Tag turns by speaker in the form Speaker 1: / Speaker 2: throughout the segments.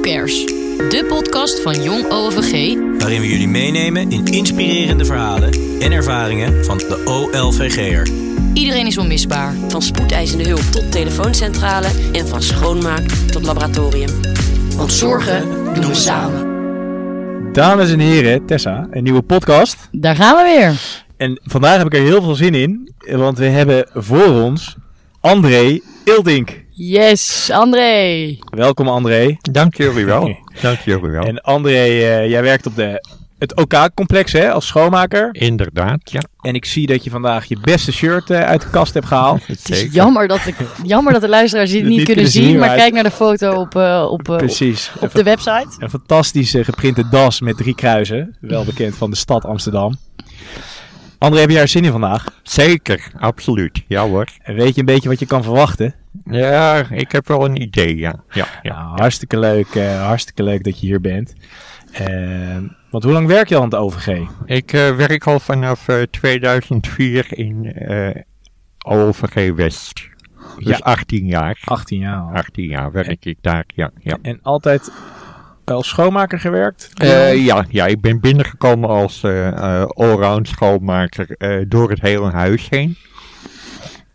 Speaker 1: Cares? De podcast van Jong OVG
Speaker 2: waarin we jullie meenemen in inspirerende verhalen en ervaringen van de OLVG'er.
Speaker 1: Iedereen is onmisbaar.
Speaker 3: Van spoedeisende hulp tot telefooncentrale en van schoonmaak tot laboratorium.
Speaker 1: Want zorgen doen we samen.
Speaker 4: Dames en heren, Tessa, een nieuwe podcast.
Speaker 1: Daar gaan we weer.
Speaker 4: En vandaag heb ik er heel veel zin in, want we hebben voor ons André Ildink.
Speaker 1: Yes, André.
Speaker 4: Welkom André.
Speaker 5: Dank jullie wel. Dank jullie wel.
Speaker 4: En André, eh, jij werkt op de, het OK-complex hè, als schoonmaker.
Speaker 5: Inderdaad, ja.
Speaker 4: En ik zie dat je vandaag je beste shirt eh, uit de kast hebt gehaald.
Speaker 1: Het is jammer dat, ik, jammer dat de luisteraars dit niet
Speaker 4: Niet
Speaker 1: kunnen
Speaker 4: kunnen zien,
Speaker 1: zien, maar
Speaker 4: maar-
Speaker 1: kijk naar de foto op, eh, op, eh, op,
Speaker 4: Precies. Een
Speaker 1: op de website.
Speaker 4: Een fantastische geprinte das met drie kruisen. Wel bekend van de stad Amsterdam. André, heb je er zin in vandaag?
Speaker 5: Zeker, absoluut. Ja hoor.
Speaker 4: En weet je een beetje wat je kan verwachten?
Speaker 5: Ja, ik heb wel een idee, ja. ja, ja.
Speaker 4: Nou, hartstikke leuk, eh, hartstikke leuk dat je hier bent. Ehm, want hoe lang werk je al aan het OVG?
Speaker 5: Ik eh, werk al vanaf eh, 2004 in eh OVG West. Dus
Speaker 4: Ja.
Speaker 5: 18 jaar.
Speaker 4: 18 jaar al.
Speaker 5: 18 jaar werk ik daar, ja. Ja.
Speaker 4: En altijd als schoonmaker gewerkt?
Speaker 5: Eh, ja, ja, ik ben binnengekomen als eh eh, allround schoonmaker eh, door het hele huis heen.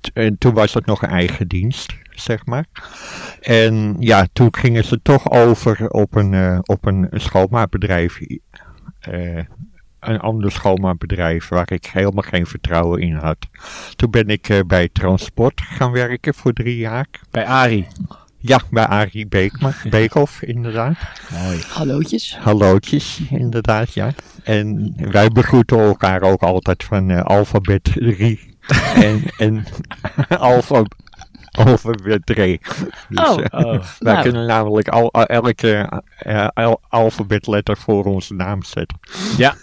Speaker 5: T- En toen was het nog een eigen dienst, zeg maar. En ja, toen gingen ze toch over op een, eh, op een schoonmaakbedrijf. eh, een ander schoonmaakbedrijf waar ik helemaal geen vertrouwen in had. Toen ben ik eh, bij Transport gaan werken voor drie jaar.
Speaker 4: Bij Ari.
Speaker 5: Ja, bij Arie Beekma, Beekhoff inderdaad.
Speaker 4: Mooi.
Speaker 1: Hallootjes.
Speaker 5: Hallootjes, inderdaad, ja. En wij begroeten elkaar ook altijd van eh, alfabet 3 en, en alfa, alfabet 3. Dus,
Speaker 1: Oh,
Speaker 5: eh,
Speaker 4: oh,
Speaker 5: wij
Speaker 1: nou.
Speaker 5: kunnen namelijk al, al- elke eh, al- alfabetletter voor onze naam zetten.
Speaker 4: Ja,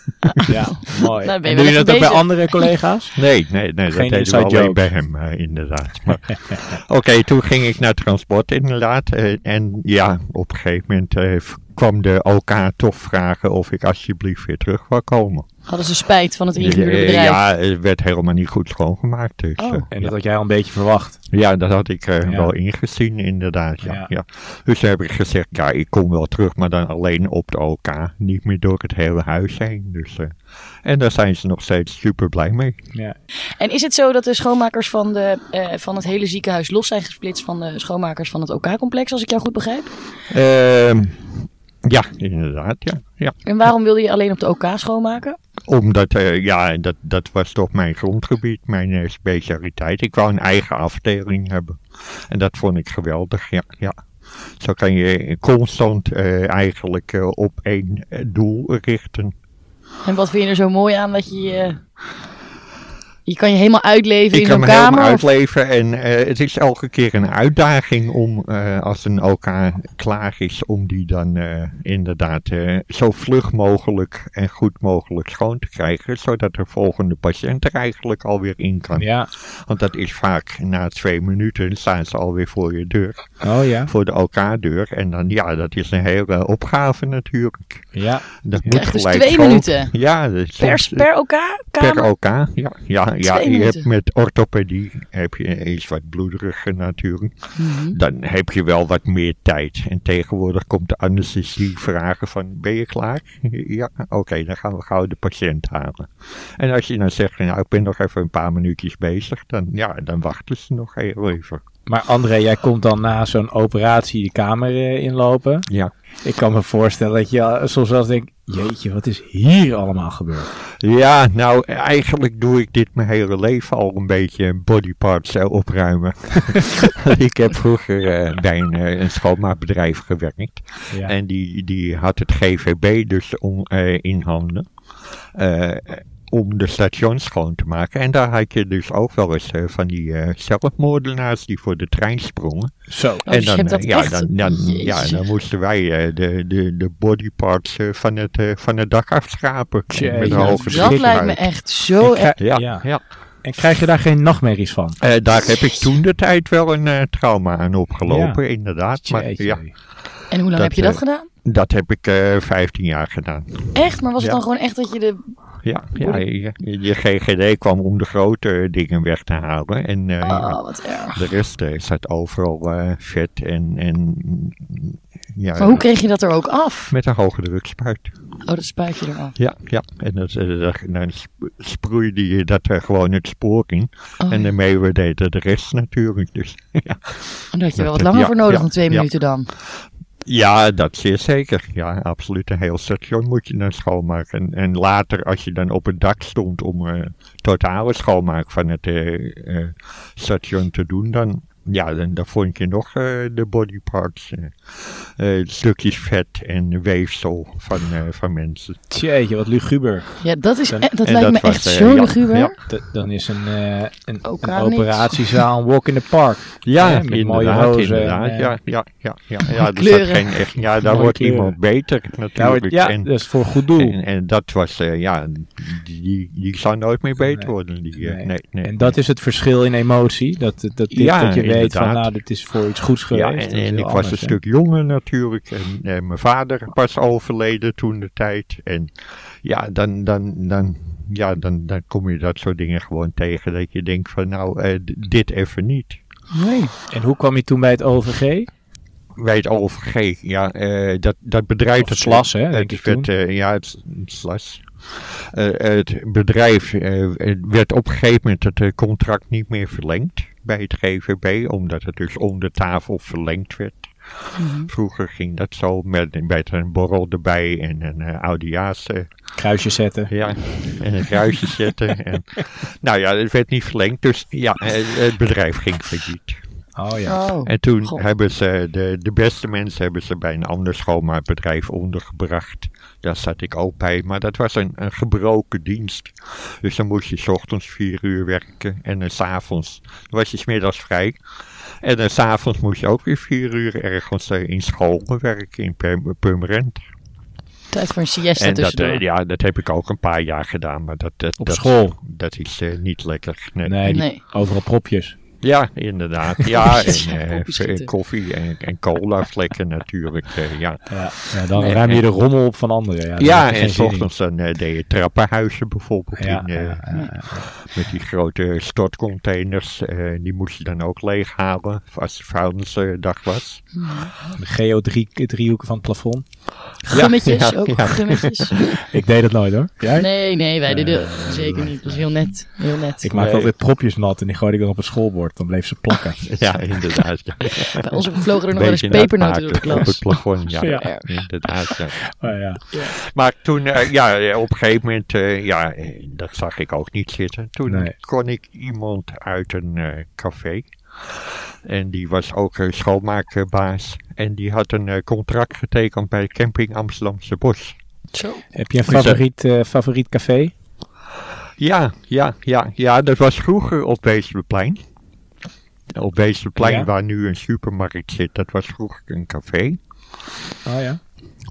Speaker 4: ja mooi.
Speaker 1: Nou, ben je
Speaker 4: En doe
Speaker 1: wel
Speaker 4: je
Speaker 1: even
Speaker 4: dat ook bij
Speaker 1: bezig.
Speaker 4: andere collega's?
Speaker 5: Nee, nee, nee
Speaker 4: Geen
Speaker 5: dat deden we
Speaker 4: inside
Speaker 5: alleen
Speaker 4: joke.
Speaker 5: bij hem, eh, inderdaad. Maar, Oké, toen ging ik naar transport, inderdaad. eh, en ja, op een gegeven moment eh, kwam de OK toch vragen of ik alsjeblieft weer terug wou komen.
Speaker 1: Hadden ze spijt van het ingehuurde
Speaker 5: Eh,
Speaker 1: bedrijf.
Speaker 5: Ja, het werd helemaal niet goed schoongemaakt. Dus,
Speaker 1: Oh.
Speaker 5: eh,
Speaker 4: En dat had jij al een beetje verwacht.
Speaker 5: ja, dat had ik
Speaker 4: Ja.
Speaker 5: eh, wel ingezien, inderdaad. Ja,
Speaker 4: Ja.
Speaker 5: ja. Dus toen heb ik gezegd, ja, ik kom wel terug, maar dan alleen op de OK. Niet meer door het hele huis heen. Dus, eh, en daar zijn ze nog steeds super blij mee.
Speaker 4: Ja.
Speaker 1: En is het zo dat de schoonmakers van, de, eh, van het hele ziekenhuis los zijn gesplitst van de schoonmakers van het OK-complex, als ik jou goed begrijp?
Speaker 5: Ehm, ja, inderdaad, ja. ja.
Speaker 1: En waarom wilde je alleen op de OK schoonmaken?
Speaker 5: Omdat, eh, ja, dat, dat was toch mijn grondgebied, mijn eh, specialiteit. Ik wou een eigen afdeling hebben. En dat vond ik geweldig, ja. ja. Zo kan je constant eh, eigenlijk eh, op één eh, doel richten.
Speaker 1: En wat vind je er zo mooi aan dat je je... Je kan je helemaal uitleven
Speaker 5: Ik
Speaker 1: in
Speaker 5: kan me
Speaker 1: zo'n kamer?
Speaker 5: helemaal
Speaker 1: of-
Speaker 5: uitleven en eh, het is elke keer een uitdaging om, eh, als een OK klaar is, om die dan eh, inderdaad eh, zo vlug mogelijk en goed mogelijk schoon te krijgen. Zodat de volgende patiënt er eigenlijk alweer in kan.
Speaker 4: ja.
Speaker 5: Want dat is vaak na twee minuten staan ze alweer voor je deur,
Speaker 4: Oh ja.
Speaker 5: voor de OK-deur. En dan, ja, dat is een hele opgave natuurlijk.
Speaker 4: Ja.
Speaker 5: Dat
Speaker 4: Ja,
Speaker 5: moet
Speaker 1: echt dus
Speaker 5: gelijk
Speaker 1: twee
Speaker 5: schoon-
Speaker 1: minuten?
Speaker 5: Ja, dat is
Speaker 1: Per,
Speaker 5: soms, eh,
Speaker 1: per elkaar? Kamer?
Speaker 5: per OK. Ja, ja, ja
Speaker 1: Twee
Speaker 5: je hebt
Speaker 1: minuten.
Speaker 5: met orthopedie heb je iets wat bloederiger natuurlijk.
Speaker 1: Mhm.
Speaker 5: Dan heb je wel wat meer tijd. En tegenwoordig komt de anesthesie vragen van, ben je klaar? Ja, oké, dan gaan we gauw de patiënt halen. En als je dan zegt, nou, ik ben nog even een paar minuutjes bezig, dan, ja, dan wachten ze nog heel even.
Speaker 4: Maar André, jij komt dan na zo'n operatie de kamer eh, inlopen.
Speaker 5: Ja.
Speaker 4: Ik kan me voorstellen dat je eh, soms wel eens denkt... Jeetje, wat is hier allemaal gebeurd?
Speaker 5: Ja, nou, eigenlijk doe ik dit mijn hele leven al een beetje bodyparts eh, opruimen. ik heb vroeger eh, bij een, eh, een schoonmaakbedrijf gewerkt.
Speaker 4: Ja.
Speaker 5: En die, die had het GVB dus om, eh, in handen. eh, om de stations schoon te maken. En daar had je dus ook wel eens eh, van die eh, zelfmoordenaars die voor de trein sprongen.
Speaker 4: Zo.
Speaker 1: Oh, dus
Speaker 5: en
Speaker 1: je
Speaker 5: dan,
Speaker 1: hebt dat
Speaker 5: eh, ja,
Speaker 1: echt-
Speaker 5: dan, dan, ja,
Speaker 1: Jezus.
Speaker 5: dan moesten wij eh, de, de, de bodyparts eh, van, het, eh, van het dak afschrapen.
Speaker 4: Jeetje.
Speaker 5: met een
Speaker 4: Ja,
Speaker 5: hoge
Speaker 1: Dat lijkt me
Speaker 5: schikbaarheid.
Speaker 1: Oh, echt zo...
Speaker 4: Ik ga-
Speaker 1: erg.
Speaker 5: Ja,
Speaker 4: Ja.
Speaker 5: ja.
Speaker 4: En krijg je daar geen nachtmerries van?
Speaker 5: Eh, daar heb ik toen de tijd wel een eh, trauma aan opgelopen, inderdaad. Maar
Speaker 4: Jeetje.
Speaker 5: ja,
Speaker 1: En hoe lang
Speaker 5: Dat,
Speaker 1: heb je dat
Speaker 5: eh,
Speaker 1: gedaan?
Speaker 5: dat heb ik eh 15 jaar gedaan.
Speaker 1: Echt? Maar was het
Speaker 5: ja.
Speaker 1: dan gewoon echt dat je de...
Speaker 5: Ja, ja je, je GGD kwam om de grote dingen weg te halen. En eh,
Speaker 1: Oh, wat erg.
Speaker 5: de rest eh, zat overal eh, vet en, en Ja,
Speaker 1: Maar hoe kreeg je dat er ook af?
Speaker 5: Met een hoge drukspuit.
Speaker 1: Oh, dat spuit je eraf.
Speaker 5: Ja, ja. En dat, eh, dat- dan sp- sproeide je dat er gewoon het spoor in.
Speaker 1: Oh,
Speaker 5: en
Speaker 1: ja.
Speaker 5: daarmee we deden de rest natuurlijk. Dus, ja.
Speaker 1: En daar Oh, had je wel wat
Speaker 5: Ja,
Speaker 1: langer voor nodig
Speaker 5: ja,
Speaker 1: dan twee
Speaker 5: ja.
Speaker 1: minuten dan.
Speaker 5: ja, dat zeer zeker. Ja, absoluut. Een heel station moet je dan schoonmaken. En, en later, als je dan op het dak stond om eh totale schoonmaak van het eh, eh, station te doen, dan, ja, dan, dan vond je nog eh, de bodyparts, eh, eh, stukjes vet en weefsel van, eh, van mensen.
Speaker 4: Jeetje, wat luguber.
Speaker 1: Ja, dat, is,
Speaker 4: En-
Speaker 1: e- dat
Speaker 5: en
Speaker 1: lijkt
Speaker 5: dat
Speaker 1: me
Speaker 5: was,
Speaker 1: echt
Speaker 5: eh,
Speaker 1: zo
Speaker 5: ja,
Speaker 1: luguber.
Speaker 5: ja.
Speaker 4: D- dan is een, eh, een,
Speaker 1: Ook
Speaker 4: een
Speaker 1: aan niks.
Speaker 4: operatiezaal een walk in the park.
Speaker 5: Ja,
Speaker 4: Hè, met mooie
Speaker 5: inderdaad,
Speaker 4: hozen
Speaker 5: inderdaad.
Speaker 4: en, eh,
Speaker 5: ja, ja, ja, ja, ja, dus dat
Speaker 1: kleuren.
Speaker 5: geen echt, ja, daar
Speaker 4: Mooie
Speaker 5: wordt
Speaker 4: kleuren.
Speaker 5: iemand beter natuurlijk.
Speaker 4: Ja, wordt- ja,
Speaker 5: en,
Speaker 4: dat is voor een goed doel.
Speaker 5: en, en dat was, eh, ja, die, die, die zou nooit meer beter
Speaker 4: Nee.
Speaker 5: worden. Die, eh,
Speaker 4: Nee.
Speaker 5: nee, nee,
Speaker 4: en dat is het verschil in emotie. Dat, dat, dat,
Speaker 5: Ja,
Speaker 4: dat je weet van,
Speaker 5: inderdaad.
Speaker 4: nou, dit is voor iets goeds geweest.
Speaker 5: ja, en,
Speaker 4: Dat is
Speaker 5: en
Speaker 4: heel
Speaker 5: ik was
Speaker 4: anders,
Speaker 5: een
Speaker 4: hè.
Speaker 5: stuk jonger natuurlijk. En, eh, mijn vader was overleden toen de tijd. En ja, dan, dan, dan, ja dan, dan kom je dat soort dingen gewoon tegen. Dat je denkt van, nou, eh, d- dit even niet.
Speaker 4: Nee. En hoe kwam je toen bij het OVG?
Speaker 5: Wij het OVG, ja, eh, dat, dat bedrijf...
Speaker 4: Of
Speaker 5: dat-
Speaker 4: Slas, hè, denk
Speaker 5: het
Speaker 4: ik
Speaker 5: werd, eh, ja, het, het Slas. Eh, het bedrijf eh, werd op een gegeven moment het eh, contract niet meer verlengd bij het GVB, omdat het dus om de tafel verlengd werd. Vroeger ging dat zo met, met een borrel erbij en een eh oudejaars, eh,
Speaker 4: Kruisje zetten.
Speaker 5: ja, en een kruisje zetten. En, nou ja, het werd niet verlengd, dus ja, eh, het bedrijf ging failliet.
Speaker 4: Oh ja.
Speaker 1: Oh.
Speaker 5: En toen
Speaker 1: God.
Speaker 5: hebben ze de, de beste mensen hebben ze bij een ander schoonmaakbedrijf ondergebracht. Daar zat ik ook bij, maar dat was een, een gebroken dienst. Dus dan moest je 's ochtends vier uur werken en dan 's avonds Dan was je 's middags vrij. En dan 's avonds moest je ook weer vier uur ergens eh, in scholen werken in Purm- Purmerend.
Speaker 1: Tijd voor een siesta
Speaker 5: en dat,
Speaker 1: tussendoor.
Speaker 5: eh, ja, dat heb ik ook een paar jaar gedaan, maar dat, dat,
Speaker 4: Op
Speaker 5: dat,
Speaker 4: school?
Speaker 5: dat is eh, niet lekker. Nee.
Speaker 4: Nee, die-
Speaker 1: Nee.
Speaker 4: overal propjes.
Speaker 5: Ja, inderdaad. Ja, en
Speaker 1: Ja,
Speaker 5: eh,
Speaker 1: kopjes
Speaker 5: v-
Speaker 1: gieten.
Speaker 5: koffie en, en cola vlekken natuurlijk. eh, ja,
Speaker 4: Ja, ja dan
Speaker 5: Nee,
Speaker 4: ruim je
Speaker 5: en-
Speaker 4: de rommel op van anderen. Ja,
Speaker 5: ja en
Speaker 4: en
Speaker 5: s ochtends dan eh, deed je trappenhuizen bijvoorbeeld
Speaker 4: Ja,
Speaker 5: in,
Speaker 4: ja,
Speaker 5: eh,
Speaker 4: ja, ja.
Speaker 5: met die grote stortcontainers. eh, die moest je dan ook leeghalen als de vuilnisdag was.
Speaker 4: De geo drie, driehoeken van het plafond.
Speaker 1: Gummetjes
Speaker 5: ja,
Speaker 1: ook,
Speaker 5: ja.
Speaker 1: gummetjes.
Speaker 4: Ik deed dat nooit hoor. Jij?
Speaker 1: Nee, nee, wij deden
Speaker 5: Eh.
Speaker 1: dat zeker niet. Dat is heel net. Heel net.
Speaker 4: Ik maakte
Speaker 5: Nee.
Speaker 4: altijd propjes nat en die gooide ik dan op het schoolbord. Dan bleef ze plakken.
Speaker 5: Ja, inderdaad. Ja.
Speaker 1: Bij ons vlogen er nog wel eens
Speaker 5: Beetje
Speaker 1: pepernoten door de
Speaker 5: uitmaken Op het
Speaker 1: klas.
Speaker 5: plafond, ja.
Speaker 4: Ja.
Speaker 5: Inderdaad, ja.
Speaker 4: Oh, ja.
Speaker 5: Maar toen, eh, ja, eh, op een gegeven moment, eh, ja, eh, dat zag ik ook niet zitten. Toen
Speaker 4: Nee.
Speaker 5: kon ik iemand uit een eh, café. En die was ook eh, schoonmaakbaas. En die had een eh, contract getekend bij Camping Amsterdamse Bos.
Speaker 1: Zo.
Speaker 4: Heb je een
Speaker 5: dat-
Speaker 4: favoriet, eh, favoriet café?
Speaker 5: Ja, ja, ja, ja, dat was vroeger op Weesperplein. Op Weesperplein,
Speaker 4: Ja.
Speaker 5: waar nu een supermarkt zit, dat was vroeger een café.
Speaker 4: Oh ja.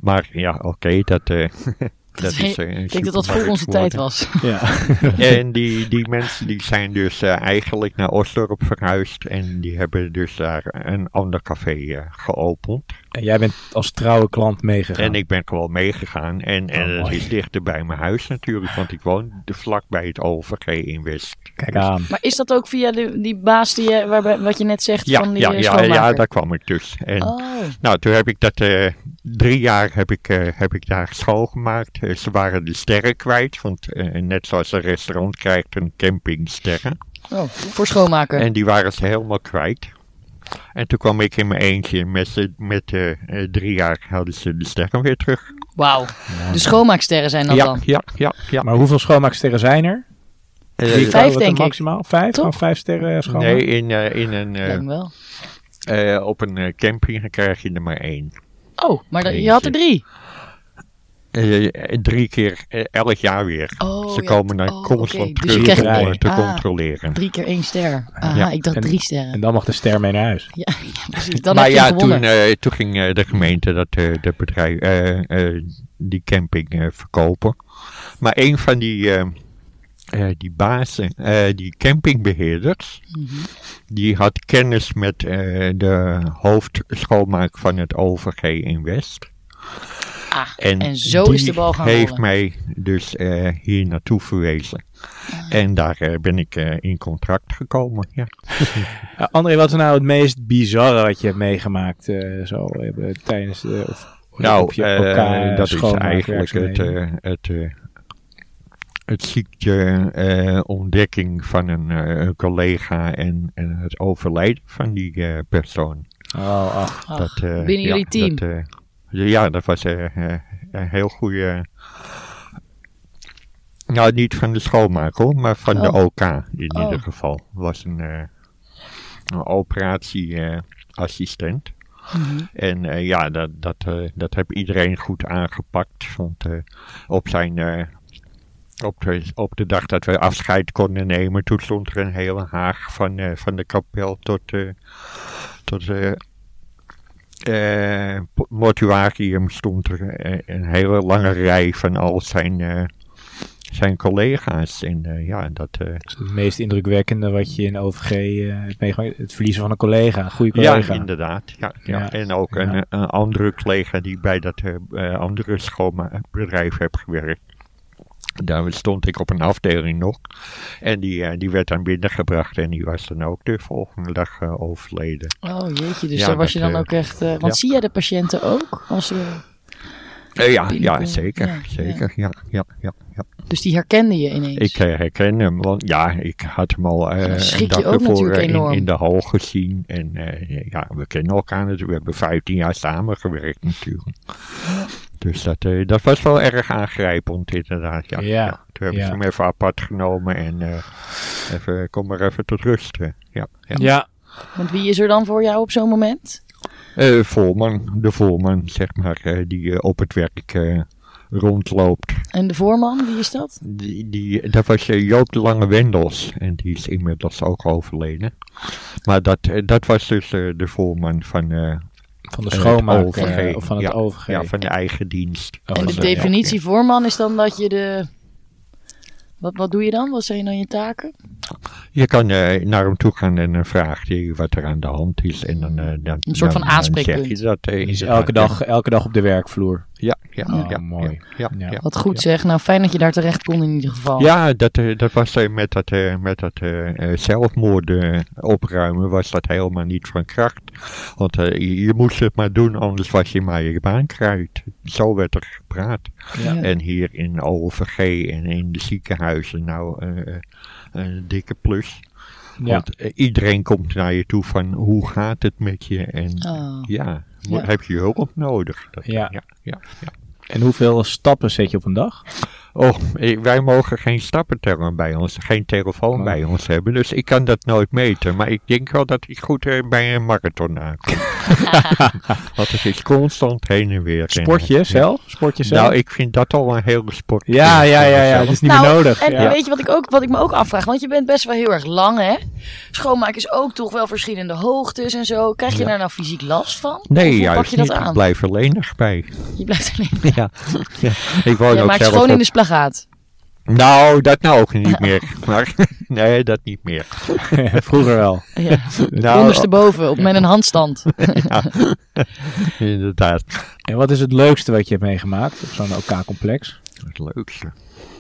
Speaker 5: Maar ja, oké, dat, eh, dat
Speaker 1: Dat
Speaker 5: is
Speaker 1: he-
Speaker 5: eh, een
Speaker 1: Ik denk dat dat voor
Speaker 5: supermarkt
Speaker 1: onze tijd
Speaker 5: geworden.
Speaker 1: was.
Speaker 4: ja.
Speaker 5: En die, die mensen die zijn dus eh, eigenlijk naar Osdorp verhuisd. En die hebben dus daar een ander café eh, geopend.
Speaker 4: En jij bent als trouwe klant meegegaan.
Speaker 5: En ik ben gewoon meegegaan. En, en
Speaker 4: Oh,
Speaker 5: het
Speaker 4: mooi.
Speaker 5: is dichter bij mijn huis natuurlijk. Want ik woon de vlak bij het OVG in West.
Speaker 4: Kijk aan.
Speaker 1: Maar is dat ook via de, die baas die je, waarbij, wat je net zegt
Speaker 5: Ja,
Speaker 1: van die
Speaker 5: ja,
Speaker 1: eh,
Speaker 5: ja,
Speaker 1: schoonmaker?
Speaker 5: ja, daar kwam ik dus. En
Speaker 1: Oh,
Speaker 5: Nou, toen heb ik dat eh, drie jaar heb ik, eh, heb ik daar schoongemaakt. Eh, ze waren de sterren kwijt, want eh, net zoals een restaurant krijgt een camping sterren.
Speaker 1: oh, voor schoonmaker.
Speaker 5: En die waren ze helemaal kwijt. En toen kwam ik in mijn eentje met, ze- met eh, eh, drie jaar hadden ze de sterren weer terug.
Speaker 1: Wauw. De schoonmaaksterren zijn dat
Speaker 5: Ja,
Speaker 1: Nou dan.
Speaker 5: ja, ja, ja.
Speaker 4: Maar hoeveel schoonmaaksterren zijn er?
Speaker 5: Eh,
Speaker 4: Drie,
Speaker 1: vijf,
Speaker 4: wat,
Speaker 1: denk ik.
Speaker 4: Maximaal vijf?
Speaker 1: Toch?
Speaker 4: Gewoon vijf sterren schoonmaak?
Speaker 5: nee, in, eh, in een, eh,
Speaker 1: Lijkt me wel.
Speaker 5: eh, op een eh, camping krijg je er maar één.
Speaker 1: Oh, maar dan- je
Speaker 5: Eentje.
Speaker 1: had er drie.
Speaker 5: Eh, eh, drie keer eh, elk jaar weer.
Speaker 1: Oh,
Speaker 5: ze
Speaker 1: ja,
Speaker 5: komen dan
Speaker 1: oh,
Speaker 5: constant
Speaker 1: oké. Dus je
Speaker 5: terug
Speaker 4: krijgt
Speaker 5: om
Speaker 4: er
Speaker 5: eh,
Speaker 4: één.
Speaker 5: te
Speaker 1: Ah.
Speaker 5: controleren.
Speaker 1: Drie keer één ster. Aha,
Speaker 5: Ja.
Speaker 1: ik dacht
Speaker 4: En-
Speaker 1: drie sterren.
Speaker 4: En dan mag de ster mee naar huis.
Speaker 1: Ja, ja, precies. Dan
Speaker 5: maar
Speaker 1: heb je
Speaker 5: ja,
Speaker 1: hem gewonnen.
Speaker 5: toen, eh, toen ging eh, de gemeente dat, eh, dat bedrijf, eh, eh, die camping eh, verkopen. Maar een van die, eh, eh, die bazen, eh, die campingbeheerders,
Speaker 1: Mhm.
Speaker 5: die had kennis met eh, de hoofdschoonmaak van het OVG in West.
Speaker 1: Ah, en zo
Speaker 5: die
Speaker 1: is de bal gaan
Speaker 5: heeft
Speaker 1: rollen.
Speaker 5: mij dus
Speaker 1: Ah.
Speaker 5: eh, hier naartoe verwezen. En daar eh, ben ik eh, in contract gekomen. Ja.
Speaker 4: Eh, André, wat is nou het meest bizarre wat je hebt meegemaakt eh, zo, eh, tijdens eh, of, op
Speaker 5: Nou,
Speaker 4: je
Speaker 5: eh,
Speaker 4: elkaar
Speaker 5: dat is eigenlijk het,
Speaker 4: schoonmaakwerkzaamheden?
Speaker 5: eh, het, eh, het ziekte eh, ontdekking van een, eh, een collega en, en het overlijden van die eh, persoon.
Speaker 4: Oh, ach.
Speaker 1: Ach,
Speaker 5: dat, eh,
Speaker 1: binnen
Speaker 5: ja,
Speaker 1: jullie team.
Speaker 5: dat, eh, ja, dat was eh, eh, een heel goede... Nou, niet van de schoonmaak hoor, maar van de
Speaker 1: Oh.
Speaker 5: OK in
Speaker 1: Oh.
Speaker 5: ieder geval. Was een, eh, een operatieassistent.
Speaker 1: Mhm.
Speaker 5: En eh, ja, dat, dat, eh, dat heb iedereen goed aangepakt. Want eh, op, zijn, eh, op, de, op de dag dat wij afscheid konden nemen, toen stond er een hele haag van, eh, van de kapel tot, eh tot eh, eh, po- mortuarium stond er eh, een hele lange rij van al zijn, eh, zijn collega's. En eh, ja, dat, eh,
Speaker 4: Dat is het meest indrukwekkende wat je in OVG eh, hebt meegemaakt. Het verliezen van een collega, een goede collega.
Speaker 5: Ja, inderdaad. Ja, ja.
Speaker 4: Ja,
Speaker 5: En ook
Speaker 4: ja.
Speaker 5: Een, eh, een andere collega die bij dat eh, eh, andere schoonmaakbedrijf heb gewerkt. Daar stond ik op een afdeling nog. En die, eh, die werd dan binnengebracht en die was dan ook de volgende dag eh, overleden.
Speaker 1: Oh jeetje, dus
Speaker 5: Ja,
Speaker 1: daar was
Speaker 5: dat,
Speaker 1: je dan
Speaker 5: eh,
Speaker 1: ook echt... eh, want
Speaker 5: ja.
Speaker 1: zie jij de patiënten ook? Als, eh,
Speaker 5: Eh, ja, ja,
Speaker 1: Binnenkomen.
Speaker 5: zeker.
Speaker 1: Ja,
Speaker 5: zeker. Ja, ja, ja, ja.
Speaker 1: dus die herkende je ineens?
Speaker 5: Ik eh, herken hem, want ja, ik had hem al eh
Speaker 1: Dan schrik
Speaker 5: een dag
Speaker 1: je ook
Speaker 5: ervoor
Speaker 1: natuurlijk
Speaker 5: eh, in,
Speaker 1: enorm.
Speaker 5: in de hal gezien. En eh, ja, we kennen elkaar natuurlijk. We hebben 15 jaar samengewerkt natuurlijk. Dus dat, eh, dat was wel erg aangrijpend inderdaad. Ja,
Speaker 4: Ja,
Speaker 5: Toen hebben
Speaker 4: ja.
Speaker 5: ze hem even apart genomen en eh, even, kom maar even tot rust. eh. Ja, ja.
Speaker 4: Ja,
Speaker 1: Want wie is er dan voor jou op zo'n moment?
Speaker 5: Eh, voorman, de voorman zeg maar, eh, die eh, op het werk eh, rondloopt.
Speaker 1: En de voorman, wie is dat?
Speaker 5: Die, die, dat was eh, Joop de Lange Wendels. En die is inmiddels ook overleden. Maar dat, eh, dat was dus eh, de voorman van, eh,
Speaker 4: van de
Speaker 5: het
Speaker 4: schoonmaak
Speaker 5: OVG.
Speaker 4: eh, of van het
Speaker 5: Ja,
Speaker 4: OVG.
Speaker 5: ja, van de eigen dienst.
Speaker 4: Oh,
Speaker 1: en
Speaker 4: dat
Speaker 1: de
Speaker 4: is-
Speaker 5: eh,
Speaker 1: definitie voorman is dan dat je de... Wat, wat doe je dan? Wat zijn dan je taken?
Speaker 5: ja. Je kan eh, naar hem toe gaan en dan vraagt hij wat er aan de hand is. En dan, eh, dan,
Speaker 1: Een soort van
Speaker 5: dan, eh,
Speaker 1: aanspreekpunt.
Speaker 5: Zeg je dat, eh,
Speaker 4: Die is
Speaker 5: inderdaad,
Speaker 4: elke dag, elke dag op de werkvloer.
Speaker 5: Ja, ja, ja,
Speaker 4: Oh,
Speaker 5: ja,
Speaker 4: mooi.
Speaker 5: Ja,
Speaker 4: Ja.
Speaker 5: ja, ja.
Speaker 1: Wat goed zeg. Nou, fijn dat je daar terecht kon in ieder geval.
Speaker 5: Ja, dat, eh, dat was eh, met dat, eh, met dat eh, eh, zelfmoorden opruimen was dat helemaal niet van kracht. Want eh, je, je moest het maar doen, anders was je maar je baan kwijt. Zo werd er gepraat.
Speaker 1: Ja.
Speaker 5: En hier in OVG en in de ziekenhuizen, nou, eh, eh, een dikke plus.
Speaker 4: Ja.
Speaker 5: Want eh, iedereen komt naar je toe van, hoe gaat het met je? En
Speaker 1: Oh.
Speaker 5: ja, mo-
Speaker 1: Ja.
Speaker 5: heb je hulp nodig? Dat-
Speaker 4: Ja.
Speaker 5: ja, ja, ja.
Speaker 4: En hoeveel stappen zet je op een dag?
Speaker 5: Oh, eh, wij mogen geen stappenteller bij ons, geen telefoon
Speaker 4: Oh.
Speaker 5: bij ons hebben, dus ik kan dat nooit meten. Maar ik denk wel dat ik goed eh, bij een marathon aankom. Want het is constant heen en weer. rennen.
Speaker 4: Sport je
Speaker 5: Ja.
Speaker 4: zelf? Sport je zelf?
Speaker 5: Nou, ik vind dat al een hele sport.
Speaker 4: ja, ja, ja, ja, Dus-
Speaker 5: Zelf.
Speaker 4: dat is niet
Speaker 1: Nou,
Speaker 4: meer nodig.
Speaker 1: En
Speaker 4: ja.
Speaker 1: weet je wat ik, ook, wat ik me ook afvraag? Want je bent best wel heel erg lang, hè? Schoonmaak is ook toch wel verschillende hoogtes en zo. Krijg je daar nou fysiek last van? Of
Speaker 5: Nee,
Speaker 1: hoe pak
Speaker 5: juist
Speaker 1: je dat
Speaker 5: niet. Ik
Speaker 1: aan?
Speaker 5: blijf er lenig bij.
Speaker 1: Je blijft alleen.
Speaker 5: ja. ja. Ik woon
Speaker 1: Jij
Speaker 5: ook
Speaker 1: maakt
Speaker 5: zelf
Speaker 1: schoon in
Speaker 5: op-
Speaker 1: de splagaat.
Speaker 5: Nou, dat nou ook niet meer. Maar, nee, dat niet meer.
Speaker 4: Vroeger wel.
Speaker 1: Ja.
Speaker 5: Nou,
Speaker 1: Ondersteboven, op met een handstand.
Speaker 5: inderdaad.
Speaker 4: En wat is het leukste wat je hebt meegemaakt op zo'n OK-complex?
Speaker 5: Het leukste.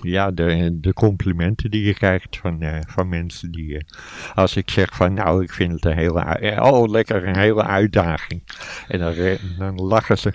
Speaker 5: Ja, de, de complimenten die je krijgt van, eh, van mensen die... eh, als ik zeg van, nou, ik vind het een hele... ui- eh, Oh, lekker, een hele uitdaging. En dan, re- dan lachen ze.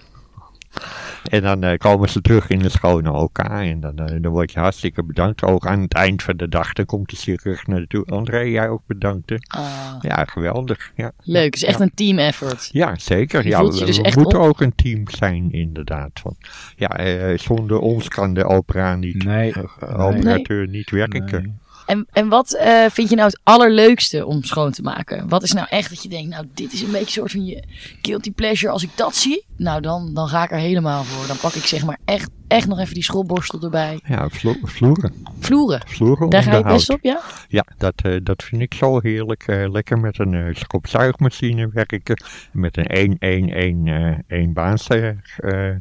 Speaker 5: En dan eh, komen ze terug in de schone OK. En dan, eh, dan word je hartstikke bedankt. Ook aan het eind van de dag, dan komt hij zich terug naar je toe. André, jij ook bedankt. hè?
Speaker 1: Ah,
Speaker 5: Ja, geweldig. Ja,
Speaker 1: leuk, het is echt een team effort.
Speaker 5: Ja, zeker.
Speaker 1: Je
Speaker 5: Ja,
Speaker 1: voelt
Speaker 5: we
Speaker 1: je dus
Speaker 5: we
Speaker 1: echt
Speaker 5: moeten
Speaker 1: op-
Speaker 5: ook een team zijn, inderdaad. Want, ja, eh, zonder ons kan de opera niet,
Speaker 4: Nee.
Speaker 5: eh, operateur niet werken.
Speaker 4: Nee.
Speaker 1: En, en wat eh, vind je nou het allerleukste om schoon te maken? Wat is nou echt dat je denkt, nou dit is een beetje een soort van je guilty pleasure. Als ik dat zie, nou dan, dan ga ik er helemaal voor. Dan pak ik zeg maar echt, echt nog even die schropborstel erbij.
Speaker 5: Ja, vlo vloeren.
Speaker 1: Vloeren,
Speaker 5: Vloeren
Speaker 1: daar ga je
Speaker 5: onderhoud.
Speaker 1: best op, ja?
Speaker 5: Ja, dat, eh, dat vind ik zo heerlijk. eh, lekker met een eh schopzuigmachine werken. Met een 1 1 1 eh 1 baans eh, eh,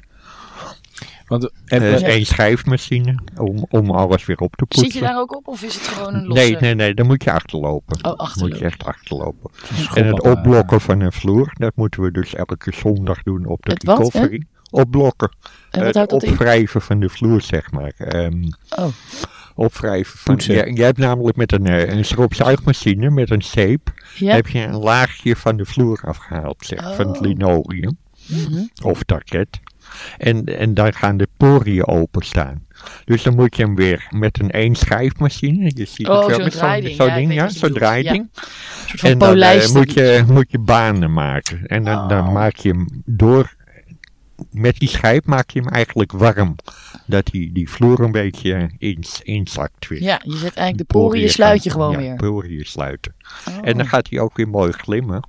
Speaker 4: Want en,
Speaker 5: eh, één schijfmachine om, om alles weer op te poetsen.
Speaker 1: Zit je daar ook op of is het gewoon een losse?
Speaker 5: Nee, nee, nee, daar moet je achterlopen.
Speaker 1: Oh, achterlopen.
Speaker 5: Moet je echt achterlopen.
Speaker 4: schop
Speaker 5: En het
Speaker 4: op, eh,
Speaker 5: opblokken van een vloer, dat moeten we dus elke zondag doen op de
Speaker 1: Het wat, hè?
Speaker 5: recovery. Opblokken. Eh,
Speaker 1: En wat
Speaker 5: het
Speaker 1: houdt dat in?
Speaker 5: opwrijven van de vloer, zeg maar. Ehm,
Speaker 1: Oh.
Speaker 5: opwrijven. Van,
Speaker 4: Poetsen.
Speaker 5: jij, jij hebt namelijk met een, eh, een stropzuigmachine, met een zeep,
Speaker 1: Ja.
Speaker 5: heb je een laagje van de vloer afgehaald, zeg, van het
Speaker 1: Oh.
Speaker 5: linoleum
Speaker 1: Mhm.
Speaker 5: of tarket. En, en daar gaan de poriën openstaan. Dus dan moet je hem weer met een één schijfmachine, je ziet
Speaker 1: Oh,
Speaker 5: het wel
Speaker 1: zo'n
Speaker 5: met zo'n
Speaker 1: draaiding.
Speaker 5: zo'n
Speaker 1: Ja, ik
Speaker 5: ding,
Speaker 1: weet
Speaker 5: ja,
Speaker 1: wat je
Speaker 5: zo'n
Speaker 1: bedoelt. Ja.
Speaker 5: draaiding.
Speaker 1: Een soort van
Speaker 5: en dan eh,
Speaker 1: polijst.
Speaker 5: moet, je, moet je banen maken. En dan, dan
Speaker 4: Oh.
Speaker 5: maak je hem door. Met die schijf maak je hem eigenlijk warm. Dat die, die vloer een beetje ins, inzakt weer.
Speaker 1: Ja, je zet eigenlijk de
Speaker 5: Poriën
Speaker 1: poriën sluit je
Speaker 5: gaan-
Speaker 1: gewoon
Speaker 5: ja,
Speaker 1: weer.
Speaker 5: poriën sluiten.
Speaker 1: Oh.
Speaker 5: En dan gaat hij ook weer mooi glimmen.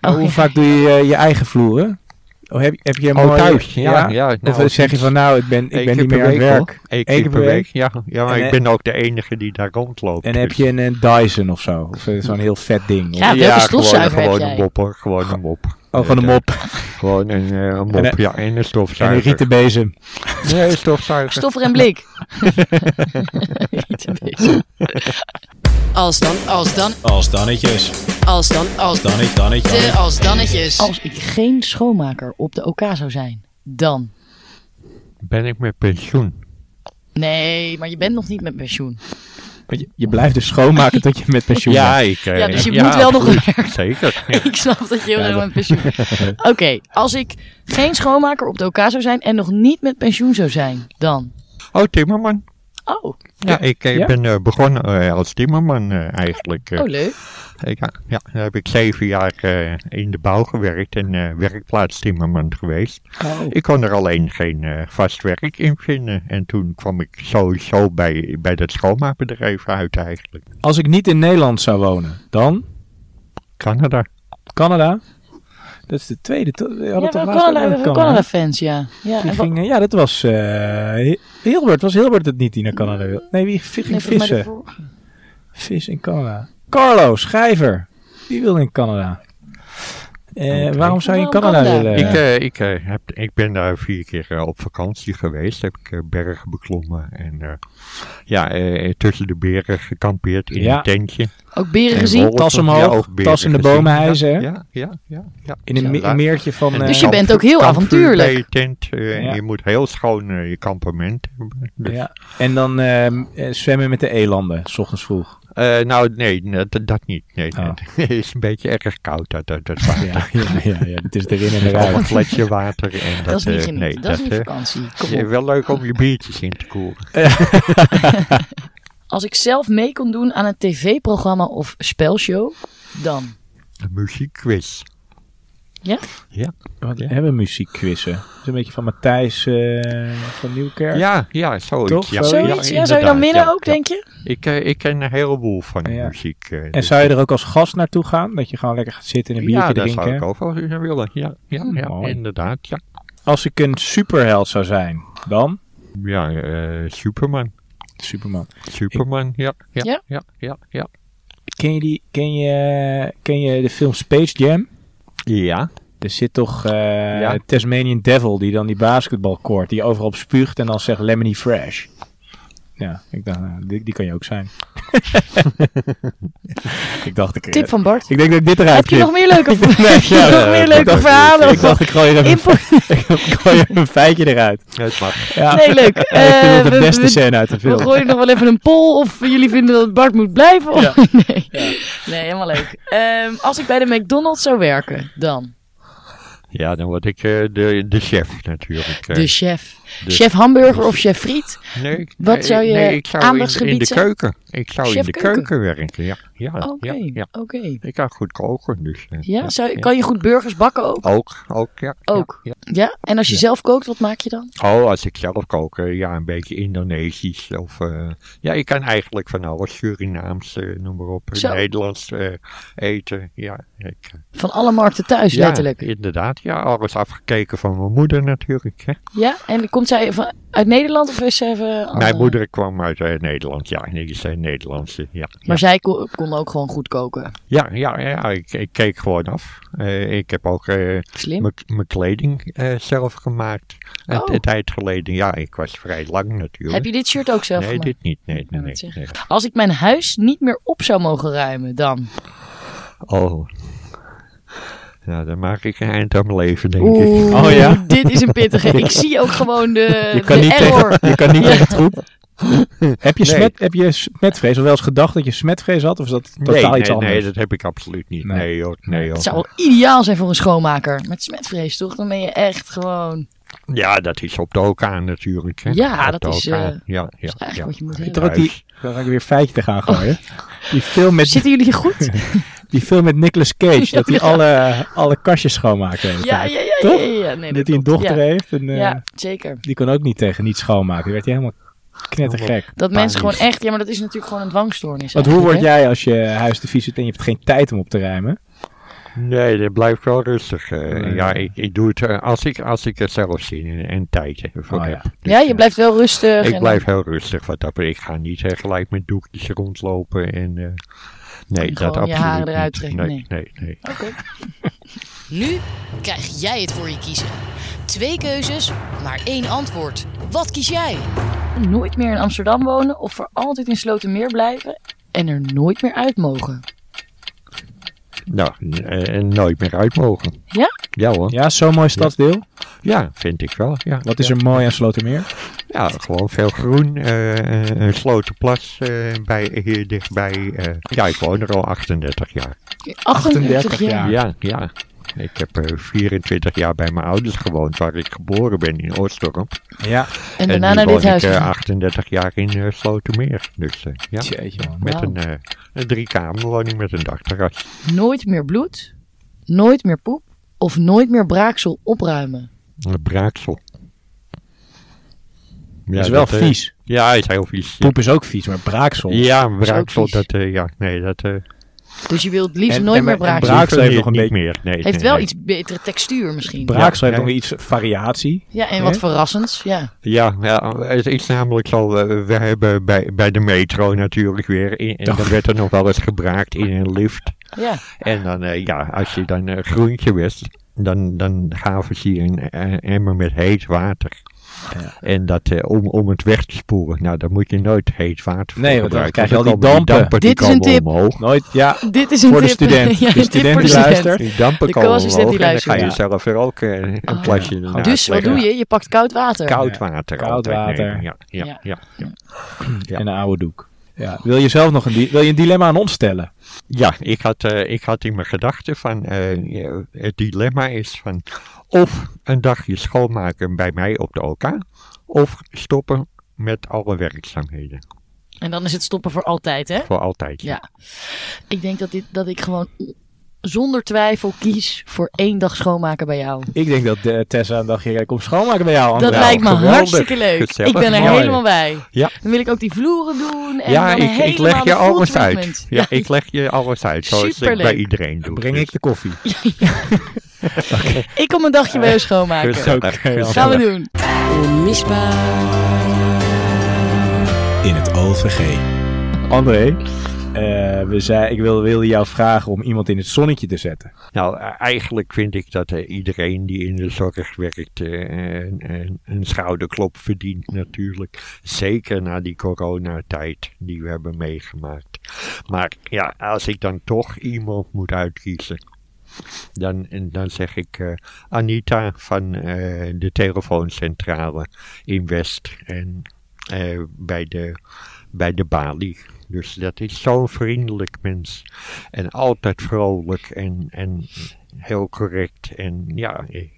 Speaker 1: Oh,
Speaker 4: hoe
Speaker 1: ja.
Speaker 4: vaak doe je eh, je eigen vloeren? Oh, heb, heb je een
Speaker 5: Oh,
Speaker 4: mooie-
Speaker 5: thuis, ja, ja, nou,
Speaker 4: of zeg je van, nou, ik ben, ik ben niet meer aan het werk.
Speaker 5: Eén
Speaker 4: Eén
Speaker 5: keer per week. Ja, ja maar
Speaker 4: En,
Speaker 5: ik
Speaker 4: eh,
Speaker 5: ben ook de enige die daar rondloopt.
Speaker 4: En heb
Speaker 5: dus-
Speaker 4: je een, eh, Dyson of zo? Of eh, zo'n heel vet ding?
Speaker 1: Ja, welke
Speaker 5: gewoon,
Speaker 1: stofzuiger heb
Speaker 5: gewoon
Speaker 1: jij?
Speaker 5: een mop hoor. Gewoon een mop.
Speaker 4: Oh, van een
Speaker 5: Ja,
Speaker 4: mop.
Speaker 5: Gewoon een, eh, een mop,
Speaker 4: En een-
Speaker 5: ja. En een
Speaker 4: En een
Speaker 5: stofzuiger.
Speaker 4: rieten bezem.
Speaker 5: Nee, een stofzuiger.
Speaker 1: Stoffer en blik. Niet een beetje.
Speaker 3: Als dan, als dan,
Speaker 2: Als dannetjes.
Speaker 3: als dan, als dan.
Speaker 2: Dannet, dannet,
Speaker 3: De
Speaker 2: dannet.
Speaker 3: als dannetjes.
Speaker 1: Als ik geen schoonmaker op de OK zou zijn, dan.
Speaker 5: Ben ik met pensioen?
Speaker 1: Nee, maar je bent nog niet met pensioen.
Speaker 4: Want je, je blijft dus schoonmaken tot je met pensioen
Speaker 5: Ja,
Speaker 4: bent.
Speaker 5: ik, eh,
Speaker 1: Ja, dus je moet wel nog
Speaker 5: absoluut.
Speaker 1: werken.
Speaker 5: Zeker.
Speaker 1: ik snap dat je heel
Speaker 4: Ja,
Speaker 1: erg
Speaker 4: dat-
Speaker 1: met pensioen. Oké, als ik geen schoonmaker op de OK zou zijn en nog niet met pensioen zou zijn, dan.
Speaker 5: Oh, timmerman.
Speaker 1: Oh,
Speaker 5: Ja, ik eh,
Speaker 4: Ja?
Speaker 5: ben eh, begonnen eh, als timmerman eh, eigenlijk. eh.
Speaker 1: oh leuk.
Speaker 5: Ik, ja, ja, daar heb ik zeven jaar eh, in de bouw gewerkt en eh, werkplaats timmerman geweest. Ik kon er alleen geen eh, vast werk in vinden. En toen kwam ik sowieso bij, bij dat schoonmaakbedrijf uit eigenlijk.
Speaker 4: Als ik niet in Nederland zou wonen, dan?
Speaker 5: Canada.
Speaker 4: Canada? Dat is de tweede. to- We
Speaker 1: Ja,
Speaker 4: hadden
Speaker 1: we
Speaker 4: toch
Speaker 1: hebben
Speaker 4: laatst ook
Speaker 1: Canada, we
Speaker 4: nog
Speaker 1: hebben Canada-fans, ja. ja
Speaker 4: Die
Speaker 1: en wa-
Speaker 4: ging, eh, ja, dat was eh, He- Hilbert. Was Hilbert het niet die naar Canada wilde? Nee, wie ging
Speaker 1: nee, volgens mij
Speaker 4: vissen?
Speaker 1: de vorige.
Speaker 4: Vis in Canada. Carlo, schrijver. Die wil in Canada. Eh,
Speaker 5: Oh, Oké.
Speaker 4: Waarom zou je in
Speaker 1: Waarom
Speaker 4: Canada
Speaker 1: Canada?
Speaker 4: willen?
Speaker 5: Ik, eh, ik, eh, heb, ik ben daar vier keer eh, op vakantie geweest. Heb ik eh, bergen beklommen en eh, ja, eh, tussen de beren gekampeerd in
Speaker 4: Ja.
Speaker 5: een tentje.
Speaker 1: Ook beren
Speaker 5: En
Speaker 1: gezien.
Speaker 5: wolven.
Speaker 4: Tas omhoog,
Speaker 5: ook beren
Speaker 4: tas in de
Speaker 5: gezien.
Speaker 4: bomen
Speaker 5: Ja,
Speaker 4: hijzen, hè?
Speaker 5: Ja, ja, ja. ja.
Speaker 4: in een, me-
Speaker 5: Ja.
Speaker 4: een meertje van...
Speaker 5: En
Speaker 4: eh,
Speaker 1: Dus je bent ook heel
Speaker 5: kampvuur
Speaker 1: avontuurlijk.
Speaker 5: bij je tent. eh, en
Speaker 4: Ja.
Speaker 5: Je moet heel schoon eh, je kampement hebben. Dus,
Speaker 4: ja. En dan ehm, eh, zwemmen met de elanden, s ochtends vroeg.
Speaker 5: eh, nou, nee, dat, dat niet. Nee,
Speaker 4: Oh.
Speaker 5: Het is een beetje erg koud, dat, dat, dat water.
Speaker 4: Ja, ja, ja, ja. Het is erin en
Speaker 5: Allemaal
Speaker 4: eruit.
Speaker 5: gletsje water. En dat,
Speaker 1: Dat is niet
Speaker 5: eh,
Speaker 1: genieten,
Speaker 5: nee,
Speaker 1: dat, is niet
Speaker 5: eh,
Speaker 1: vakantie. Kom
Speaker 5: ja,
Speaker 1: op.
Speaker 5: wel leuk om je biertjes in te koelen.
Speaker 1: Als ik zelf mee kon doen aan een tv-programma of spelshow, dan.
Speaker 5: Een muziekquiz.
Speaker 1: Ja?
Speaker 5: Ja.
Speaker 4: Wat
Speaker 5: Ja.
Speaker 4: hebben muziekquizzen? Dat is een beetje van Matthijs eh, van Nieuwkerk.
Speaker 5: Ja, ja, zoiets.
Speaker 4: Toch?
Speaker 5: Ja,
Speaker 1: Zoiets? Ja, zou je dan
Speaker 5: inderdaad,
Speaker 1: winnen
Speaker 5: ja,
Speaker 1: ook,
Speaker 5: ja.
Speaker 1: denk je?
Speaker 5: Ik, eh, ik ken een heleboel van die
Speaker 4: Ja.
Speaker 5: muziek. eh,
Speaker 4: En
Speaker 5: dus-
Speaker 4: zou je er ook als gast naartoe gaan? Dat je gewoon lekker gaat zitten en een biertje
Speaker 5: ja, dat
Speaker 4: drinken?
Speaker 5: zou ik ook wel eens willen. Ja, ja,
Speaker 4: Hmm,
Speaker 5: ja
Speaker 4: mooi.
Speaker 5: inderdaad. Ja,
Speaker 4: Als ik een superheld zou zijn, dan?
Speaker 5: ja eh, Superman.
Speaker 4: Superman.
Speaker 5: Superman, ja, ja,
Speaker 1: Ja?
Speaker 5: ja, ja, ja, ja.
Speaker 4: Ken je, die, ken je, ken je de film Space Jam? Er zit toch eh,
Speaker 5: Ja.
Speaker 4: Tasmanian Devil die dan die basketbal koort, die overal op spuugt en dan zegt Lemony Fresh. Ja, ik dacht, nou, die, die kan je ook zijn. ik dacht, ik,
Speaker 1: Tip van Bart.
Speaker 4: ik denk dat ik dit eruit
Speaker 1: Heb je nog
Speaker 4: knip.
Speaker 1: meer leuke,
Speaker 4: Nee,
Speaker 1: heb je
Speaker 4: ja,
Speaker 1: nog
Speaker 5: eh,
Speaker 1: meer
Speaker 5: dat
Speaker 1: leuke
Speaker 5: dacht ik.
Speaker 1: verhalen?
Speaker 4: Ik dacht, ik gooi er even,
Speaker 1: Info-
Speaker 4: ik gooi er een feitje eruit.
Speaker 5: Het mag.
Speaker 4: Ja.
Speaker 1: Nee, leuk.
Speaker 4: ik vind
Speaker 1: Eh,
Speaker 4: dat de
Speaker 1: we-
Speaker 4: beste
Speaker 1: we-
Speaker 4: scène uit de
Speaker 1: We
Speaker 4: film.
Speaker 1: gooien nog wel even een poll of jullie vinden dat Bart moet blijven. Of...
Speaker 4: Ja.
Speaker 1: Nee. nee, helemaal leuk. Ehm, als ik bij de McDonald's zou werken, dan.
Speaker 5: Ja, dan word ik eh, de, de chef natuurlijk. eh.
Speaker 1: De chef.
Speaker 5: de-
Speaker 1: chef hamburger of chef friet?
Speaker 5: nee, ik-
Speaker 1: wat
Speaker 5: nee,
Speaker 1: zou je
Speaker 5: nee, ik zou in-
Speaker 1: aandachtsgebied
Speaker 5: in de
Speaker 1: zijn?
Speaker 5: keuken. Ik zou in
Speaker 1: Chef
Speaker 5: de
Speaker 1: keuken.
Speaker 5: keuken, werken, ja. ja,
Speaker 1: Oké,
Speaker 5: ja, ja.
Speaker 1: oké.
Speaker 5: Ik kan goed koken, dus. eh,
Speaker 1: Ja, zou, kan je goed burgers bakken ook?
Speaker 5: Ook, ook, ja. ja,
Speaker 1: Ook.
Speaker 5: ja.
Speaker 1: Ja, en als je
Speaker 5: Ja.
Speaker 1: zelf kookt, wat maak je dan?
Speaker 5: Oh, als ik zelf kook, eh, ja, een beetje Indonesisch. Of, eh, ja, ik kan eigenlijk van alles, Surinaams, eh, noem maar op,
Speaker 1: Zo.
Speaker 5: Nederlands eh, eten. Ja, ik,
Speaker 1: Van alle markten thuis,
Speaker 5: ja,
Speaker 1: letterlijk.
Speaker 5: inderdaad. Ja, alles afgekeken van mijn moeder natuurlijk. Hè.
Speaker 1: Ja, en komt zij van, uit Nederland of is ze even...
Speaker 5: Mijn
Speaker 1: eh,
Speaker 5: moeder kwam uit eh, Nederland, ja, en die is een Nederlandse. Ja, ja.
Speaker 1: Maar zij kon, kon ook gewoon goed koken.
Speaker 5: ja, ja, ja, ik, ik keek gewoon af. Eh, ik heb ook eh,
Speaker 1: Slim.
Speaker 5: mijn- mijn kleding eh, zelf gemaakt. Een
Speaker 1: Oh.
Speaker 5: een tijd geleden, ja, ik was vrij lang natuurlijk.
Speaker 1: Heb je dit shirt ook zelf
Speaker 5: nee,
Speaker 1: gemaakt? Oh,
Speaker 5: dit niet. Nee, nee,
Speaker 1: wou
Speaker 5: nee,
Speaker 1: net zeggen.
Speaker 5: nee.
Speaker 1: Als ik mijn huis niet meer op zou mogen ruimen, dan...
Speaker 5: Oh. Nou, dan maak ik een eind aan mijn leven, denk ik.
Speaker 1: Oeh,
Speaker 4: Oh ja?
Speaker 1: dit is een pittige. Ik zie ook gewoon de,
Speaker 4: Je kan
Speaker 1: de
Speaker 4: niet
Speaker 1: error.
Speaker 4: tegen, je kan niet tegen het groep. Heb je,
Speaker 5: Nee.
Speaker 4: smet, heb je smetvrees? Of wel eens gedacht dat je smetvrees had? Of is dat totaal
Speaker 5: nee,
Speaker 4: iets
Speaker 5: nee,
Speaker 4: anders?
Speaker 5: nee, dat heb ik absoluut niet.
Speaker 4: Nee.
Speaker 5: Nee, joh. Nee, joh.
Speaker 1: Het zou wel ideaal zijn voor een schoonmaker. Met smetvrees, toch? Dan ben je echt gewoon...
Speaker 5: Ja, dat is op de OK natuurlijk. Hè.
Speaker 1: Ja,
Speaker 5: op
Speaker 1: dat
Speaker 5: de
Speaker 1: is,
Speaker 5: OK.
Speaker 1: eh,
Speaker 5: ja, ja,
Speaker 1: eigenlijk
Speaker 5: ja.
Speaker 1: wat je moet
Speaker 5: Ja,
Speaker 4: Toch
Speaker 1: hebben.
Speaker 4: ook die, dan ga ik weer een feitje te gaan gooien. Die, film met,
Speaker 1: Zitten jullie hier goed?
Speaker 4: die film met Nicolas Cage,
Speaker 1: Ja,
Speaker 4: dat hij
Speaker 1: ja.
Speaker 4: alle, alle kastjes schoonmaakt. de hele
Speaker 1: ja, ja,
Speaker 4: tijd.
Speaker 1: ja, ja.
Speaker 4: Toch?
Speaker 1: ja, ja. Nee,
Speaker 4: dat hij een
Speaker 1: klopt.
Speaker 4: dochter
Speaker 1: ja.
Speaker 4: heeft en eh,
Speaker 1: Ja, zeker.
Speaker 4: die kon ook niet tegen niet schoonmaken. Die werd hij helemaal knettergek.
Speaker 1: Dat mensen gewoon
Speaker 5: Panisch.
Speaker 1: echt... Ja, maar dat is natuurlijk gewoon een dwangstoornis.
Speaker 4: Want hoe word
Speaker 1: eigenlijk,
Speaker 4: jij als je huis te vies zit en je hebt geen tijd om op te ruimen?
Speaker 5: Nee, dat blijft wel rustig. eh.
Speaker 4: Nee.
Speaker 5: Ja, ik, ik doe het eh, als, ik, als ik er zelf zin in en tijd voor
Speaker 4: Oh, ja.
Speaker 5: heb.
Speaker 1: hè?
Speaker 5: Dus,
Speaker 1: Ja, je
Speaker 5: eh,
Speaker 1: blijft wel rustig.
Speaker 5: Ik
Speaker 1: en-
Speaker 5: blijf heel rustig. Wat dat, betreft. ik ga niet eh, gelijk met doekjes rondlopen. En, eh, nee,
Speaker 1: En
Speaker 5: dat
Speaker 1: gewoon
Speaker 5: absoluut
Speaker 1: je haren
Speaker 5: niet.
Speaker 1: eruit trekken, Oh.
Speaker 5: Nee, nee, nee.
Speaker 1: Oké.
Speaker 6: Nu krijg jij het voor je kiezen. Twee keuzes, maar één antwoord. Wat kies jij?
Speaker 1: Nooit meer in Amsterdam wonen of voor altijd in Slotermeer blijven en er nooit meer uit mogen.
Speaker 5: Nou, n- eh, en nooit meer uit mogen.
Speaker 1: Ja?
Speaker 5: Ja hoor. Ja,
Speaker 4: Ja, zo'n mooi stadsdeel.
Speaker 5: vind ik wel. Ja.
Speaker 4: Wat is er mooi aan Slotermeer?
Speaker 5: Ja, gewoon veel groen. eh, eh, een slotenplas eh, bij, hier dichtbij. eh. ja, ik woon er al 38 jaar.
Speaker 1: 38 jaar.
Speaker 4: Ja.
Speaker 5: Ja, ja. Ik heb eh, 24 jaar bij mijn ouders gewoond, waar ik geboren ben in Oostdorp.
Speaker 4: Ja.
Speaker 1: En
Speaker 5: En
Speaker 1: daarna
Speaker 5: nu
Speaker 1: naar
Speaker 5: woon
Speaker 1: dit
Speaker 5: ik
Speaker 1: huis.
Speaker 5: eh,
Speaker 1: gegaan.
Speaker 5: 38 jaar in eh, Slotermeer. Dus eh, ja,
Speaker 4: Jeetje man.
Speaker 5: met
Speaker 1: Wauw.
Speaker 5: een, eh een driekamerwoning met een dakterras.
Speaker 1: Nooit meer bloed, nooit meer poep of nooit meer braaksel opruimen.
Speaker 5: Een braaksel. Ja,
Speaker 4: Dat is wel
Speaker 5: dat, eh,
Speaker 4: vies.
Speaker 5: ja, is heel vies.
Speaker 4: Poep is ook vies, maar braaksel.
Speaker 5: Ja,
Speaker 1: ook
Speaker 5: braaksel,
Speaker 1: vies.
Speaker 5: dat, eh, ja, nee, dat... eh,
Speaker 1: Dus je wilt het liefst
Speaker 4: En-
Speaker 1: nooit
Speaker 4: en-
Speaker 1: meer
Speaker 4: en
Speaker 1: braaksel.
Speaker 4: braak- Braaksel heeft
Speaker 5: niet-
Speaker 4: nog een
Speaker 5: niet
Speaker 4: beetje-
Speaker 5: meer. Nee,
Speaker 1: Heeft
Speaker 5: nee,
Speaker 1: wel
Speaker 5: nee.
Speaker 1: iets betere textuur misschien.
Speaker 4: Braaksel
Speaker 5: Ja,
Speaker 4: heeft
Speaker 5: ja.
Speaker 4: nog iets variatie.
Speaker 1: Ja, en wat
Speaker 4: Hè?
Speaker 1: verrassends. Ja.
Speaker 5: Ja, ja, het is namelijk zo, eh, we hebben bij, bij de metro natuurlijk weer, in- en dan werd er nog wel eens gebraakt in een lift.
Speaker 1: ja.
Speaker 5: En dan, eh, ja, als je dan eh, groentje wist, dan, dan gaven ze je een eh, emmer met heet water. En dat eh, om, om het weg te spoelen, nou, dan moet je nooit heet water voor
Speaker 4: Nee, want dan
Speaker 5: gebruiken,
Speaker 4: krijg je al die
Speaker 5: komen
Speaker 4: dampen.
Speaker 5: die
Speaker 1: Dit is een
Speaker 5: komen
Speaker 1: tip.
Speaker 5: Omhoog.
Speaker 4: Nooit, ja.
Speaker 1: Dit is een
Speaker 4: Voor de
Speaker 1: tip.
Speaker 4: student.
Speaker 1: Ja,
Speaker 4: De
Speaker 1: een
Speaker 4: student
Speaker 1: tip
Speaker 4: die
Speaker 1: voor de student.
Speaker 4: luistert.
Speaker 5: Die dampen
Speaker 1: De
Speaker 5: komen
Speaker 1: co-assistent
Speaker 5: omhoog
Speaker 1: die
Speaker 5: en dan ga je
Speaker 1: luistert.
Speaker 5: zelf weer ook eh, een
Speaker 1: Ah, ja.
Speaker 5: plasje ernaast
Speaker 1: Dus wat
Speaker 5: leggen.
Speaker 1: doe je? Je pakt koud water.
Speaker 5: Koud water.
Speaker 4: Koud
Speaker 5: altijd
Speaker 4: water.
Speaker 5: nemen, Ja, ja,
Speaker 1: Ja.
Speaker 5: ja. ja, ja. Ja.
Speaker 4: En een oude doek. Ja. Wil je zelf nog een, di- wil je een dilemma aan ons stellen?
Speaker 5: ik, had, eh, ik had in mijn gedachten van eh, ja, het dilemma is van of een dagje schoonmaken bij mij op de OK of stoppen met alle werkzaamheden
Speaker 1: En dan is het stoppen voor altijd, hè?
Speaker 5: voor altijd.
Speaker 1: Ja. Ik denk dat, dit, dat ik gewoon zonder twijfel kies voor één dag schoonmaken bij jou.
Speaker 4: Ik denk dat eh, Tessa een dagje komt schoonmaken bij jou.
Speaker 1: Dat
Speaker 4: André.
Speaker 1: lijkt me
Speaker 5: Ah, geweldig.
Speaker 1: hartstikke leuk.
Speaker 5: Gezellig.
Speaker 1: Ik ben er
Speaker 4: Mooi.
Speaker 1: helemaal bij.
Speaker 5: Ja.
Speaker 1: Dan wil ik ook die vloeren doen. En
Speaker 5: Ja,
Speaker 1: dan
Speaker 5: ik, ik
Speaker 1: helemaal
Speaker 5: leg je
Speaker 1: de full
Speaker 5: alles uit.
Speaker 1: treatment.
Speaker 5: Ja, ik leg je alles uit, zoals ik bij
Speaker 1: Superleuk.
Speaker 5: iedereen doe.
Speaker 4: Breng
Speaker 5: Dus
Speaker 4: ik de koffie.
Speaker 1: Ik kom een dagje bij jou schoonmaken.
Speaker 5: gezellig, gezellig.
Speaker 1: eh, Gaan we doen.
Speaker 3: Onmisbaar.
Speaker 2: in het OVG.
Speaker 4: André, eh, we zei, ik wil, wilde jou vragen om iemand in het zonnetje te zetten.
Speaker 5: Nou, eh, eigenlijk vind ik dat eh, iedereen die in de zorg werkt eh, een, een, een schouderklop verdient natuurlijk. Zeker na die coronatijd die we hebben meegemaakt. Maar ja, als ik dan toch iemand moet uitkiezen, dan, en dan zeg ik eh, Anita van eh, de telefooncentrale in West en eh, bij, de, bij de Bali. Dus dat is zo'n vriendelijk mens. En altijd vrolijk en, en heel correct. En ja, eh,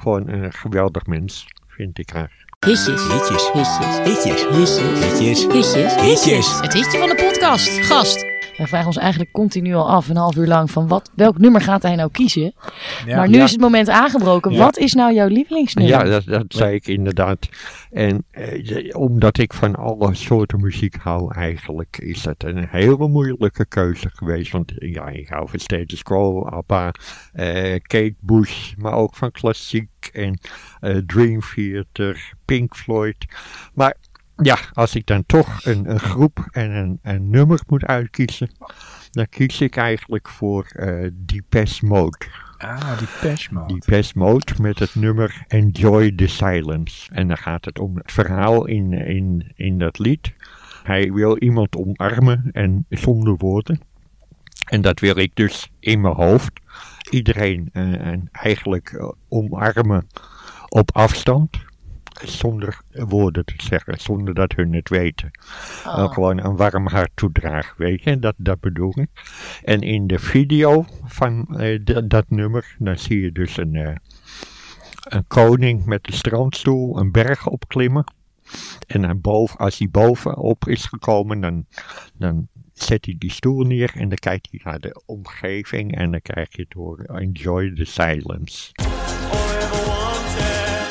Speaker 5: gewoon een geweldig mens, vind ik haar.
Speaker 6: Hitjes.
Speaker 2: Hitjes.
Speaker 6: Hitjes.
Speaker 2: Hitjes.
Speaker 6: Hitjes.
Speaker 2: Hitjes.
Speaker 6: Hitjes.
Speaker 2: Hitjes.
Speaker 6: Het hitje van de podcast. Gast.
Speaker 1: Wij vragen ons eigenlijk continu al af, een half uur lang, van wat, welk nummer gaat hij nou kiezen?
Speaker 4: Ja.
Speaker 1: maar nu
Speaker 5: Ja.
Speaker 1: is het moment aangebroken.
Speaker 4: Ja.
Speaker 1: Wat is nou jouw lievelingsnummer?
Speaker 5: Ja, dat, dat zei ik inderdaad. En eh, de- omdat ik van alle soorten muziek hou, eigenlijk is dat een hele moeilijke keuze geweest. Want eh, ja, ik hou van Status Quo, ABBA, eh, Kate Bush, maar ook van klassiek en eh, Dream Theater, Pink Floyd. Maar ja, als ik dan toch een, een groep en een, een nummer moet uitkiezen, dan kies ik eigenlijk voor eh Deepest Mode.
Speaker 4: Ah, die pashman.
Speaker 5: Die Best Mode met het nummer Enjoy the Silence. En dan gaat het om het verhaal in, in, in dat lied. Hij wil iemand omarmen en zonder woorden. En dat wil ik dus in mijn hoofd. Iedereen eh, en eigenlijk eh, omarmen op afstand. zonder woorden te zeggen, zonder dat hun het weten.
Speaker 1: Oh.
Speaker 5: En gewoon een warm hart toedragen, weet je, dat, dat bedoel ik. En in de video van eh, d- dat nummer, dan zie je dus een, eh, een koning met een strandstoel een berg opklimmen. En dan boven, als hij bovenop is gekomen, dan, dan zet hij die stoel neer en dan kijkt hij naar de omgeving en dan krijg je het horen, enjoy the silence.
Speaker 7: All ever wanted,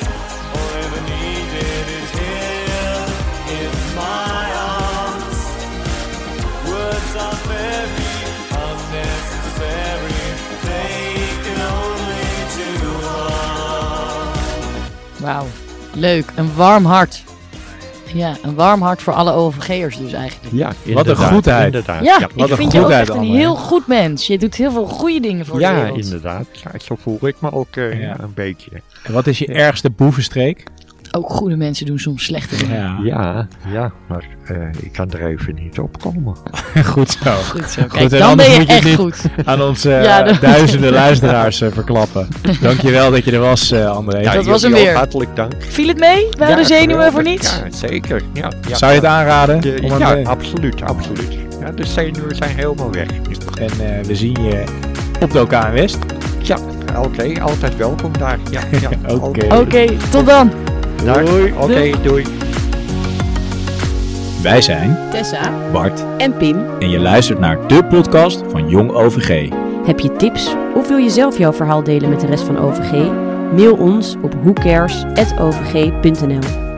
Speaker 7: all ever needed is here in my arms. Words are very unnecessary. They can only do harm.
Speaker 1: Wauw. Leuk. Een warm hart. Ja, een warm hart voor alle OVG'ers dus eigenlijk.
Speaker 5: Ja,
Speaker 4: Wat een goedheid.
Speaker 5: Inderdaad,
Speaker 1: Ja,
Speaker 5: ja.
Speaker 4: wat
Speaker 1: ik
Speaker 4: een
Speaker 1: vind je ook
Speaker 4: goedheid
Speaker 1: echt een
Speaker 4: allemaal, hè?
Speaker 1: heel goed mens. Je doet heel veel goede dingen voor de
Speaker 5: Ja,
Speaker 1: wereld.
Speaker 5: inderdaad. Ja, zo voel ik me ook eh,
Speaker 4: Ja.
Speaker 5: een beetje.
Speaker 4: En wat is je ergste boevenstreek?
Speaker 1: Ook goede mensen doen soms slechte dingen.
Speaker 5: Ja, ja maar eh, ik kan er even niet op komen.
Speaker 4: goed zo.
Speaker 1: Goed zo. Kijk,
Speaker 4: Goed, en
Speaker 1: dan
Speaker 4: anders
Speaker 1: ben je
Speaker 4: moet je het
Speaker 1: echt
Speaker 4: niet-
Speaker 1: goed.
Speaker 4: Aan onze eh,
Speaker 1: Ja, dat-
Speaker 4: duizenden luisteraars eh, verklappen. Dankjewel dat je er was, eh, André.
Speaker 1: dat
Speaker 5: jullie
Speaker 1: was hem
Speaker 5: ook
Speaker 1: weer.
Speaker 5: Hartelijk dank.
Speaker 1: Viel het mee? We hadden zenuwen
Speaker 5: geweldig.
Speaker 1: voor niets?
Speaker 5: Ja, zeker. Ja, ja.
Speaker 4: Zou je het aanraden?
Speaker 5: De-
Speaker 4: om aan
Speaker 5: ja,
Speaker 4: mee-
Speaker 5: absoluut, absoluut. Ja, de zenuwen zijn helemaal weg.
Speaker 4: En eh, we zien je op de OK in West.
Speaker 5: Ja, oké, altijd welkom daar. Ja, ja,
Speaker 4: Oké.
Speaker 1: Oké, tot dan.
Speaker 5: Dag. Oké, doei.
Speaker 2: Wij zijn
Speaker 8: Tessa
Speaker 2: Bart
Speaker 8: en Pim.
Speaker 2: en je luistert naar de podcast van Jong OVG.
Speaker 8: Heb je tips of wil je zelf jouw verhaal delen met de rest van OVG? Mail ons op whocares.ovg.nl